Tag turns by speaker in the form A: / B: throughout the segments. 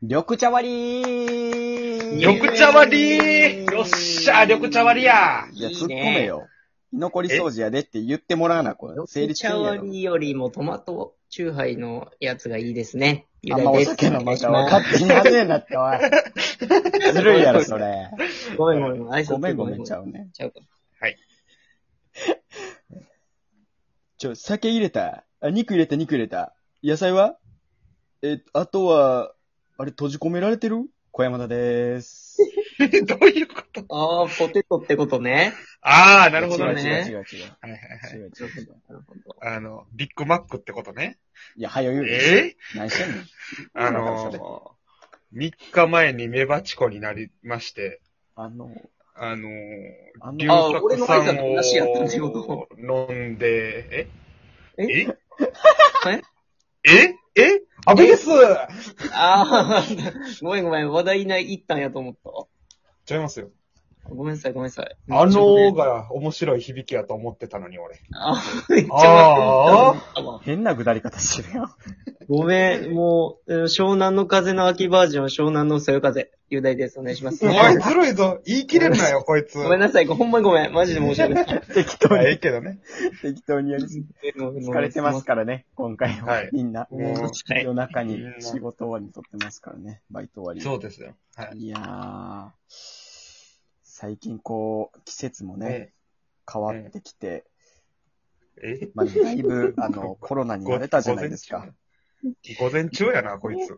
A: 緑茶割り
B: 緑茶割りよっしゃ緑茶割りや
A: いや、突っ込めよ。居残り掃除やでって言ってもらわな、これ。成
C: 緑
A: 立せん
C: 茶
A: やろ
C: 割りよりもトマトチューハイのやつがいいですね。
A: あんまお酒のまた分かってませんなって、おい。ずるいやろ、それ。
C: て。ごめんごめん。挨拶
A: ごめんごめんちゃうね。
C: ちゃうか。
A: ちょ、酒入れた。あ、肉入れた、肉入れた。野菜はえ、あとは、あれ、閉じ込められてる小山田でーす。
B: ー どういうこと
C: ああ、ポテトってことね。
B: ああ、なるほど
A: 違う
B: ね。
A: 違う違う違う。
B: はいはいはい。
A: 違う違う違う
C: なるほど。
B: あの、ビッグマックってことね。
A: いや、早よ言うよ。
B: え
A: 何してんの
B: えあのー、3日前にメバチコになりまして、
A: あの、
B: あの
A: あ
B: ー、龍
A: の、
C: あー俺
B: 角
C: の
B: さ
C: 挨
B: ん
C: 拶なしやったって
B: を
C: こ
B: 飲んで、え
C: え
B: えええアベース
C: ああ、 ごめんごめん。話題ない一旦やと思っ
B: ちゃいますよ。
C: た。ごめんなさいごめんなさい。
B: あのー
C: ー
B: が面白い響きやと思ってたのに、俺。
C: あーめっちゃ
B: あ
C: ああ。
A: 変な下り方してるよ。
C: ごめん、もう、うん湘南の風の秋バージョン、湘南のそよ風、雄大です。お願いし ます。
B: お前ずるいぞ。言い切れんな よ、こいつ。
C: ごめんなさい、ほんまにごめん。マジで申し訳ない。
A: 適当
B: まあええ
A: に、
B: けどね。
A: 適当にやりすぎ 疲れてますからね、今回は。
B: はい
A: みんな。
B: もう
C: はい
A: 夜中に
B: うん
A: 仕事終わりに撮ってますからね、バイト終わり。
B: そうですよ。はい。
A: いやー、最近こう、季節もね、
B: え
A: 変わってきて、
B: え
A: まあ、だいぶ、あ の、コロナに慣れたじゃないですか。。
B: 午前中午前中やな、こいつ。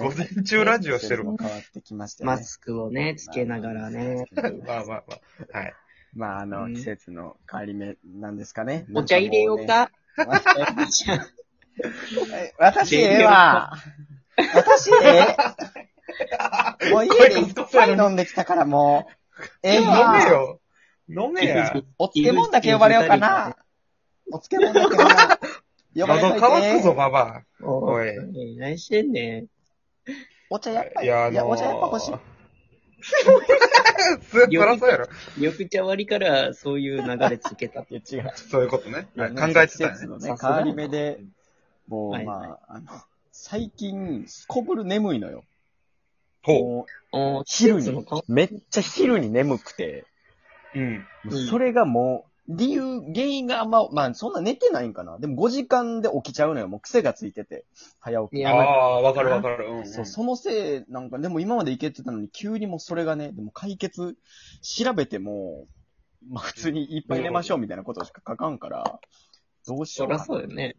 B: 午前中ラジオしてるわ
A: 季節も変わってきましたね。
C: マスクをね、つけながらね。。
B: まあまあまあ。はい。
A: まあ、あの、
C: うん
A: 季節の変わり目なんですかね。
C: お茶入れようか
A: なんかもうね。
C: お茶
A: 私、ええわ。私、ええ。もう家でいっぱい飲んできたから、もう。ええ
B: 飲
A: わ。
B: めよ。飲めや。
A: お漬物だけ呼ばれようかな。お漬物だけ呼ばれよ
B: 喉
A: う
B: 乾く
A: か
B: ぞ、
A: な。
B: ババ
C: お
B: い
C: い。何してんねん。
A: お茶やっぱ
B: ア。
A: り。い
B: いや、あの
A: や、お茶やっぱ欲 しい。
B: そりゃそうやろ。
C: 緑茶割りからそういう流れつ けた。
A: いや、違う。
B: そういうことね。はい考えてた
A: 季
B: よ
A: 節
B: ね。
A: の
C: さ
A: ね、変
C: すが
A: わ
C: やな
A: り目で、も
C: は
A: う、
C: い
A: まあ、あの、最近、すこぶる眠いのよ。
B: ほ
A: も
C: お
A: う、昼
C: 季節の
A: に
C: 変わ、
A: めっちゃ昼に眠くて、
B: う。うん。
A: もうそれがもう、理由、原因があんま、まあ、そんな寝てないんかな。でも5時間で起きちゃうのよ。もう癖がついてて。早起き。
C: い
B: あ
C: やばい。
B: あー、わかるわかる。うんうん
A: そう、そのせい、なんか、でも今までいけてたのに、急にもうそれがね、でも解決、調べても、まあ普通にいっぱい寝ましょうみたいなことしか書かんから、どうし
C: そ
A: ようか
C: ら
A: な。
C: そうよね。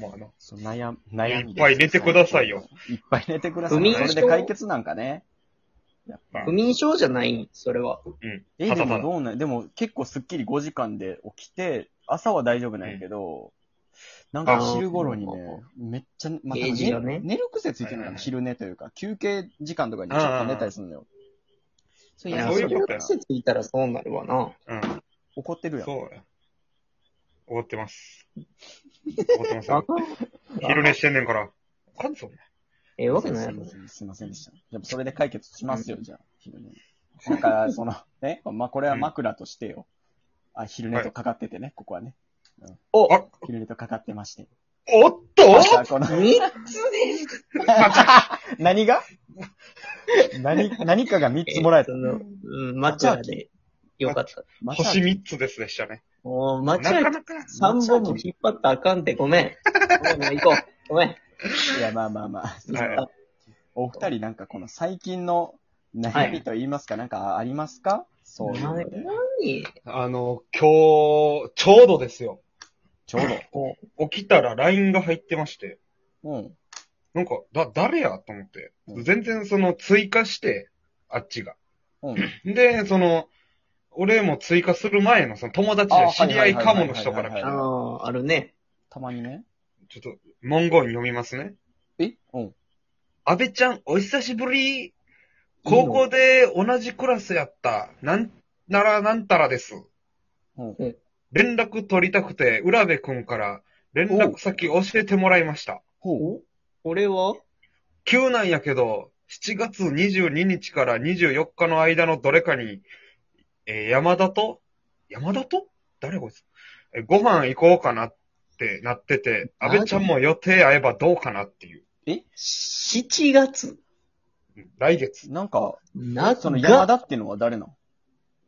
B: まあな。
A: そう悩悩みです。
B: いっぱい寝てくださいよ。
A: いっぱい寝てくださ
C: 不
A: い。
C: 眠
A: そ
C: 症
A: れで解決なんかね。やっぱ
B: う
C: 不
B: ん。
C: 眠症じゃないん、それは。
A: え、
B: た
A: で
B: だた
A: も
B: だ
A: どうなん、でも結構すっきり5時間で起きて、朝は大丈夫なんやけど、なんか昼頃にね、めっちゃ、まあ、
C: ゲージがね
A: 寝る癖ついてるの
B: は
A: かな、
B: いはいはい
A: 昼寝というか、休憩時間とかにちょっと寝たりするのよ。そ
B: い
A: れや
B: や
A: ら
B: そういう
A: せ
B: こ
A: る
B: とや
C: 季節いたらそうなるわな。
B: うん。
A: 怒ってるやん。
B: そうや。怒ってます。怒ってます よ。昼寝してんねんから。あかんぞ、
C: ええわけない やろ。
A: すいませんすいませんでした。でもそれで解決しますよ、じゃあ、昼寝。だから、その、ね、まあ、これは枕としてよ。あ、昼寝とかかっててね、ここはね。
C: お
B: あ
A: 昼寝とかかってまして。
B: おっと
A: またこの
C: 三つ
A: 何が何、何かが3つもらえた
C: そ。の、うん、抹茶でよかった。
A: また
B: 星3つですでしたね。
C: おー、
B: な
C: 抹茶
B: かなか。
C: 三本も引っ張ったらあかんって、ごめん。ごめん、行こう。ごめん。
A: いや、まあまあまあ。
B: は
A: お二人なんかこの最近の悩みと言いますか、なんかありますかそういうので。
C: 何
B: あの、今日、ちょうどですよ。
A: ちょう
C: お
B: 起きたら LINE が入ってまして、
A: ど。うん。
B: なんか、だ、誰やと思って
A: う。ん
B: 全然その、追加して、あっちが。
A: うん。
B: で、その、俺も追加する前の、その友達
A: あ
B: や
A: は
B: 知
A: い
B: り
A: は
B: 合
A: い
B: い
A: はい
B: かもの人から来
A: はい
C: あ
A: は
B: た。
C: のー、あるね。
A: たまにね。
B: ちょっと、文言読みますね。
A: えうん。
B: 安倍ちゃん、お久しぶり。高校で同じクラスやった。なん、ならなんたらです。
A: うん。
B: 連絡取りたくて、浦部くんから連絡先教えてもらいました。
A: ほう。
C: 俺は
B: 急なんやけど、7月22日から24日の間のどれかに、えー山田と、山田と誰こいつ、えーご飯行こうかなってなってて、
C: マ
B: 安
C: ジ
B: 倍ちゃんも予定合えばどうかなっていう。
C: ?7 月
B: 来月。
A: なんか、
C: な
A: その山
C: が、
A: 田っていうのは誰なの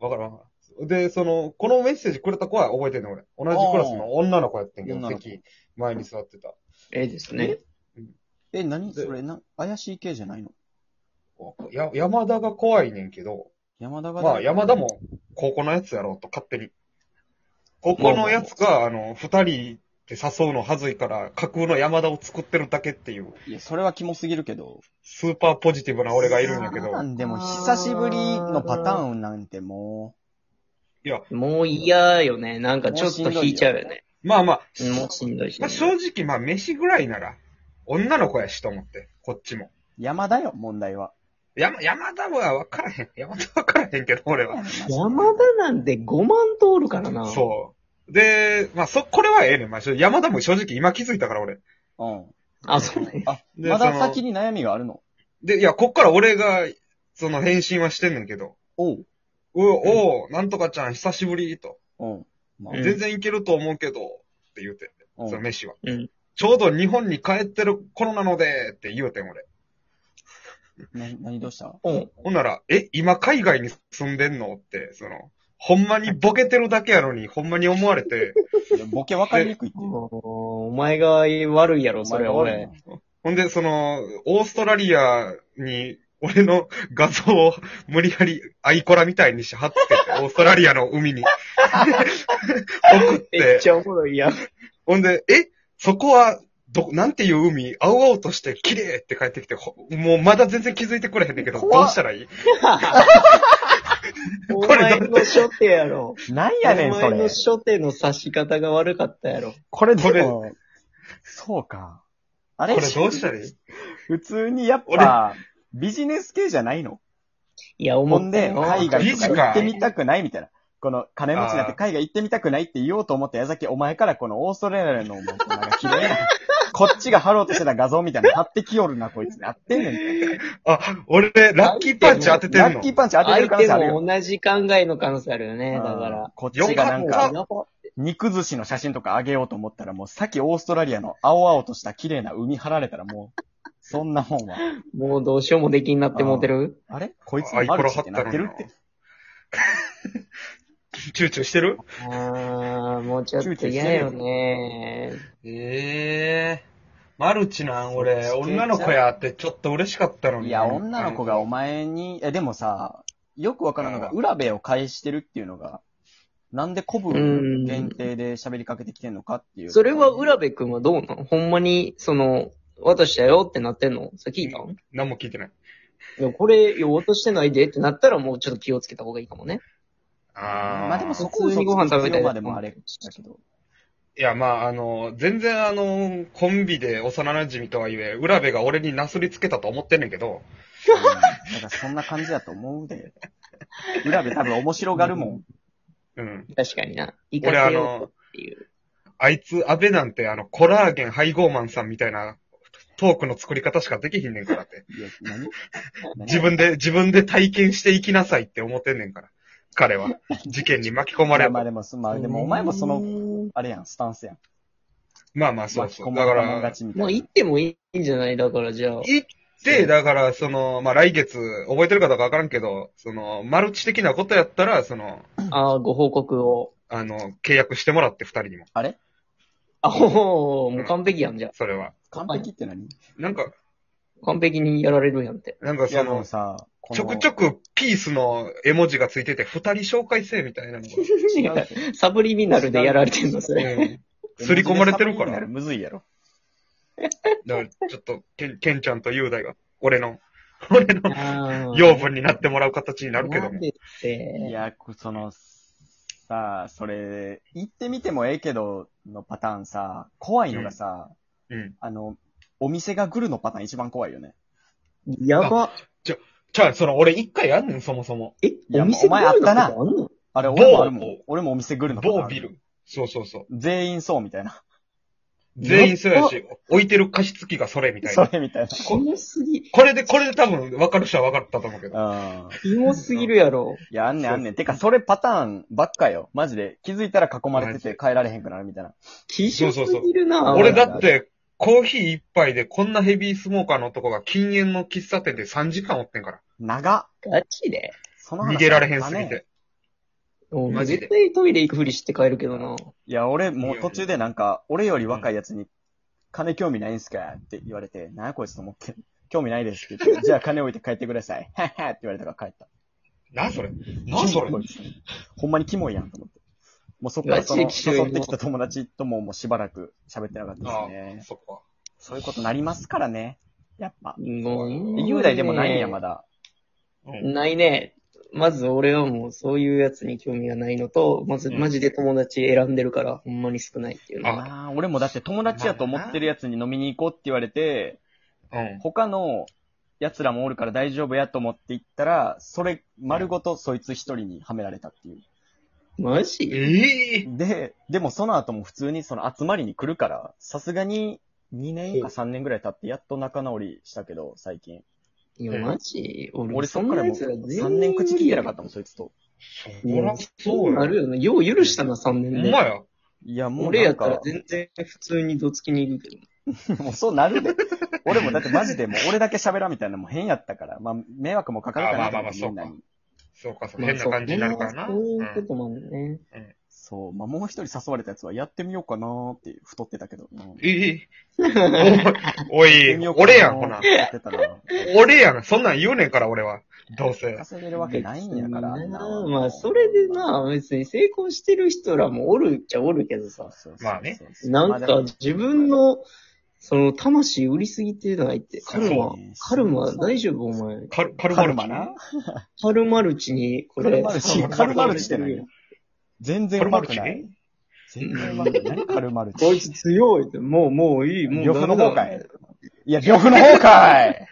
B: わからんわからん。で、その、このメッセージくれた子は覚えてんねん、俺。同じクラスの女の子やってんけど、
A: 女の子
B: 席、前に座ってた。
C: ええですね。
A: え、何
B: で
A: それな、怪しい系じゃないの
B: や、山田が怖いねんけど、
A: 山田が。
B: まあ、山田。も高校のやつやろうと、勝手に。高校のやつが、あの、二人で誘うのはずいから、架空の山田を作ってるだけっていう、
A: いや、それはキモすぎるけど。
B: スーパーポジティブな俺がいるんやけど
A: そ、なんでも、久しぶりのパターンなんても
C: もう嫌よね。なんかちょっと引いちゃうよね。
B: まあまあ、
C: もうしんどいし。
B: まあ、正直、まあ、飯ぐらいなら、女の子やしと思って、こっちも。
A: う、山田よ、問題は。
B: 山、山田は分からへん。山田分からへんけど、俺は。
C: 山田なんて5万通るからな。う。
B: そう。で、まあ、そ、これはええねん。まあ、正山田も正直今気づいたから、俺。
A: うん。
C: あ、そうね。
A: あ、
B: で
A: ま
B: そ
A: だ
B: の
A: 先に悩みがあるの。
B: で、いや、こっから俺が、その返信はしてんねんけど、
A: おう。
B: うお、おう、なんとかちゃん、久しぶり、と。
A: うん。まあ
C: うん
B: 全然いけると思うけど、って言うて、
A: うん
B: その飯は。
C: うん。
B: ちょうど日本に帰ってる頃なので、って言うてん、俺。
A: な、何どうした
C: うん。
B: ほんなら、え、今海外に住んでんのって、その、ほんまにボケてるだけやのに、ほんまに思われて、
A: いやボケ分かりにくいって。
C: お前が悪いやろ、それは
A: お前が悪い
C: 俺
A: な。。
B: ほんで、その、オーストラリアに、俺の画像を無理やりアイコラみたいにし貼って て、オーストラリアの海に。送っ
C: め
B: て
C: っち、ゃおもろ いやん。
B: ほんで、え、そこは、ど、なんていう海、青々として綺麗って帰ってきて、ほもうまだ全然気づいてくれへんねんけど、どう
A: 怖っ
B: したらいい
C: お前の初手やろ。
A: なん
C: お
A: やねん、そ
C: 前の
A: れ。
C: 初手の刺し方が悪かったやろ。
A: これで
B: こ
A: も、そうか。あ
B: こ
A: れ
B: れどうしたらいい
A: 普通にやっぱ、ビジネス系じゃないの
C: いや、
A: ほ
C: 思
A: ん
C: った
A: で、
C: よ。
A: 海外と
B: いい時
A: か行
B: 間
A: ってみたくないみたいな。この、金持ちになって海外行ってみたくないって言おうと思った矢先、お前からこのオーストラリアの、もうなんか綺麗な、こっちが貼ろうとしてた画像みたいなの貼ってきよるな、こいつ。やってんねんみたいな。
B: あ、俺、ラッキーパンチ当てて
A: ラ
B: ん
A: ッ
B: の
A: キーパンチ当ててる
C: 相
A: 可能
C: 手
A: 性あるよ。
C: も同じ考えの可能性あるよね、だから。
A: こっちがなん
B: よか
A: か
B: っ、
A: 肉寿司の写真とかあげようと思ったら、もうさっきオーストラリアの青々とした綺麗な海張られたらもう、 そんなもんは。
C: もうどうしようもできんなって思ってる
A: あれこいつのマルチってなってるって。
B: 躊躇してる
C: ああ、もうちょっと嫌よね。
B: ええマルチなん、俺、
C: そう
B: 女の子やってちょっと嬉しかったのに。
A: いや、女の子がお前に、え、でもさ、よくわからんのが、
B: う
A: 浦部を返してるっていうのが、なんで古文限定で喋りかけてきてんのかっていう。
C: それは浦部くんはどうなのほんまに、その、渡したよってなってんのそれ聞いたん
B: 何も聞いてない。
C: いや、これ、よ、渡してないでってなったらもうちょっと気をつけた方がいいかもね。
B: あー
A: まあでもそこを
C: 普通にご飯食べ
A: 嘘つく必
C: たい
A: 要までもあれだけど。
B: いや、まあ、あの、全然あの、コンビで幼馴染とはいえ、浦部が俺になすりつけたと思ってんねんけど、
A: うんだからそんな感じだと思うで。浦部多分面白がるもん。
B: うん。
C: 確かにな。いか
B: 俺あ
C: せよう
B: の
C: っ、ていう。
B: あいつ、安倍なんてあの、コラーゲン配合マンさんみたいな、トークの作り方しかできひんねんか らって。
A: いや、何何
B: 自分で、自分で体験していきなさいって思ってんねんから。彼は。事件に巻き込まれ
A: まあ
B: る
A: まあ。でも、まあでもお前もその、
C: の、
A: あれやん、スタンスやん。
B: まあまあ、そう
A: 巻き
B: そ
A: 込
B: う。
A: ま
B: だか
A: れたもん
B: ら
A: 勝、ちみた
C: もう
A: い
C: 行
A: な。
C: ってもいいんじゃないだから、じゃあ。
B: 行って、だから、その、まあ、来月、覚えてるかどうかわからんけど、その、マルチ的なことやったら、その、
C: ああ、ご報告を。
B: あの、契約してもらって、二人にも。
A: あれ
C: あほーもう完璧やん、じゃ
B: それは。
A: 完璧って何い
B: なんか、
C: あ。完璧にやられるやんって。
B: なんかそ
A: や、もう
B: の、
A: さ、
B: ちょくち
A: ょ
B: ょくピースの絵文字がついてて、二人紹介せえみたい なのが。
C: 違うサブリミナルでやられてんの、それ。
B: うん。刷り込まれてるから
A: むずいやろ。
B: だから、ちょっと、けん、けんちゃんと雄大が、俺の、 俺の養
C: 養
B: 分になってもらう形になるけど
C: なん
B: も。
C: でって。
A: いや、こその、さあ、それ、行ってみてもええけどのパターンさ、怖いのがさ、
B: うん。
A: あの、お店がグルのパターン一番怖いよね。
C: やば。
B: じゃあ、その、俺一回やんねん、そもそも。
C: え、
A: や
C: お店
A: お前あったな
C: グルのこと
A: あれ、
B: 某
A: 俺もあるもん。俺もお店グルのパターン
B: 某
A: ある
B: ビ。ル。そうそうそう。
A: 全員そうみたいな。
B: 全員そうやし、置いてる加湿器がそれみたい
A: そ
B: な。
A: れみたい
C: あんのキモすぎ、
B: これで、これで多分分かる人は分かったと思うけど。
A: な。うん。
C: キモすぎるやろ。
A: いや、あんねんあんねん。てか、それパターンばっかよ。マジで。気づいたら囲まれてて帰られへんくなるみたいな。
C: 気象すぎるな。
A: あ
B: 俺だって、コーヒー一杯でこんなヘビースモーカーの男が禁煙の喫茶店で3時間おってんから。
A: 長っ。
C: ガチで
A: その話
B: 逃げられへんすぎ
A: だね。
B: て。
C: も
B: マ
C: う
B: ジで
C: 絶対トイレ行くふりして帰るけどな。
A: いや、俺、もう途中でなんか、俺より若いやつに、金興味ないんすかって言われて、なんやこいつと思って、興味ないですって言 って、じゃあ金置いて帰ってください。 はっはって言われたから帰った。
B: な、それ。な、それ。
A: こいつほんまにキモいやんと思って。もうそっからその、
C: ガチキモい
A: 誘ってきた友達とももうしばらく喋ってなかったです
B: ああ、
A: ね。
B: そっか。
A: そういうことなりますからね。やっぱ。
C: もう、
A: 雄大でもないんや、ま
C: だ。
A: だ。
B: うん。
C: ないね。まず俺はもうそういうやつに興味がないのと、まず
B: うん
C: マジで友達選んでるから、ほんまに少ないっていうのは。
A: まあ、俺もだって友達やと思ってるやつに飲みに行こうって言われて、
B: うん。
A: 他の奴らもおるから大丈夫やと思って行ったら、それ丸ごとそいつ一人にはめられたっていう。
C: マジ
B: ええ
A: で、でもその後も普通にその集まりに来るから、さすがに2年か3年ぐらい経ってやっと仲直りしたけど、最近。
C: いや、マジ俺、
A: 俺そっからもう3
C: 3
A: 年口聞いてなかったもん、そいつと。
B: そら
C: そ
B: そうう
C: な
B: や。
C: るよな。よう許したな、3
B: ほ
C: 年
B: ん
C: で
B: ま。や。
A: いや、もう
C: 俺や
A: なん
C: ったら
A: か、
C: 全然普通にどつきに行くけど。
A: もうそうなる で。俺もだってマジでもう俺だけ喋らんみたいなのも変やったから、まあ迷惑もかかるかなと思って
B: あ
A: みん
B: ま
A: な
B: あまあまあ
A: に。
B: そうか、そうか。変な感じになるからな。
C: そうういうこ
B: ん
C: ともあるね。
A: そう、まあもう一人誘われたやつはやってみようかなーって太ってたけど。うん
B: ええおい、おい、俺やん、ほな。
A: やってたら。
B: 俺やん、そんなん言うねんから、俺は。どうせ。
A: 稼げるわけないんやから。
C: 別になまあ、それでな、別に成功してる人らもおるっちゃおるけど
A: そう
C: さ。
A: そうそうそう。
B: まあね
C: なんか自分の、その、魂売りすぎてないって。カルマ
A: そうね、
C: カルマ大丈夫お前。
B: カル、カ
A: カ
B: ル
A: ル
B: マ
A: マ
B: ル
A: ル
B: チ
A: チな。
C: カルマルチに、こ
A: カ
C: れ。
A: ルマルチ、カルマルチって
C: ない
A: 何全然
B: カル
A: う
B: マ
A: ま
B: ル
A: く
B: チ
A: ない。全然うまくない。カルマル チ。
C: こいつ強いって、もう、もういい、も う
A: 呂布の方
C: ダ
A: か
C: メだ
A: いや、呂布の方かい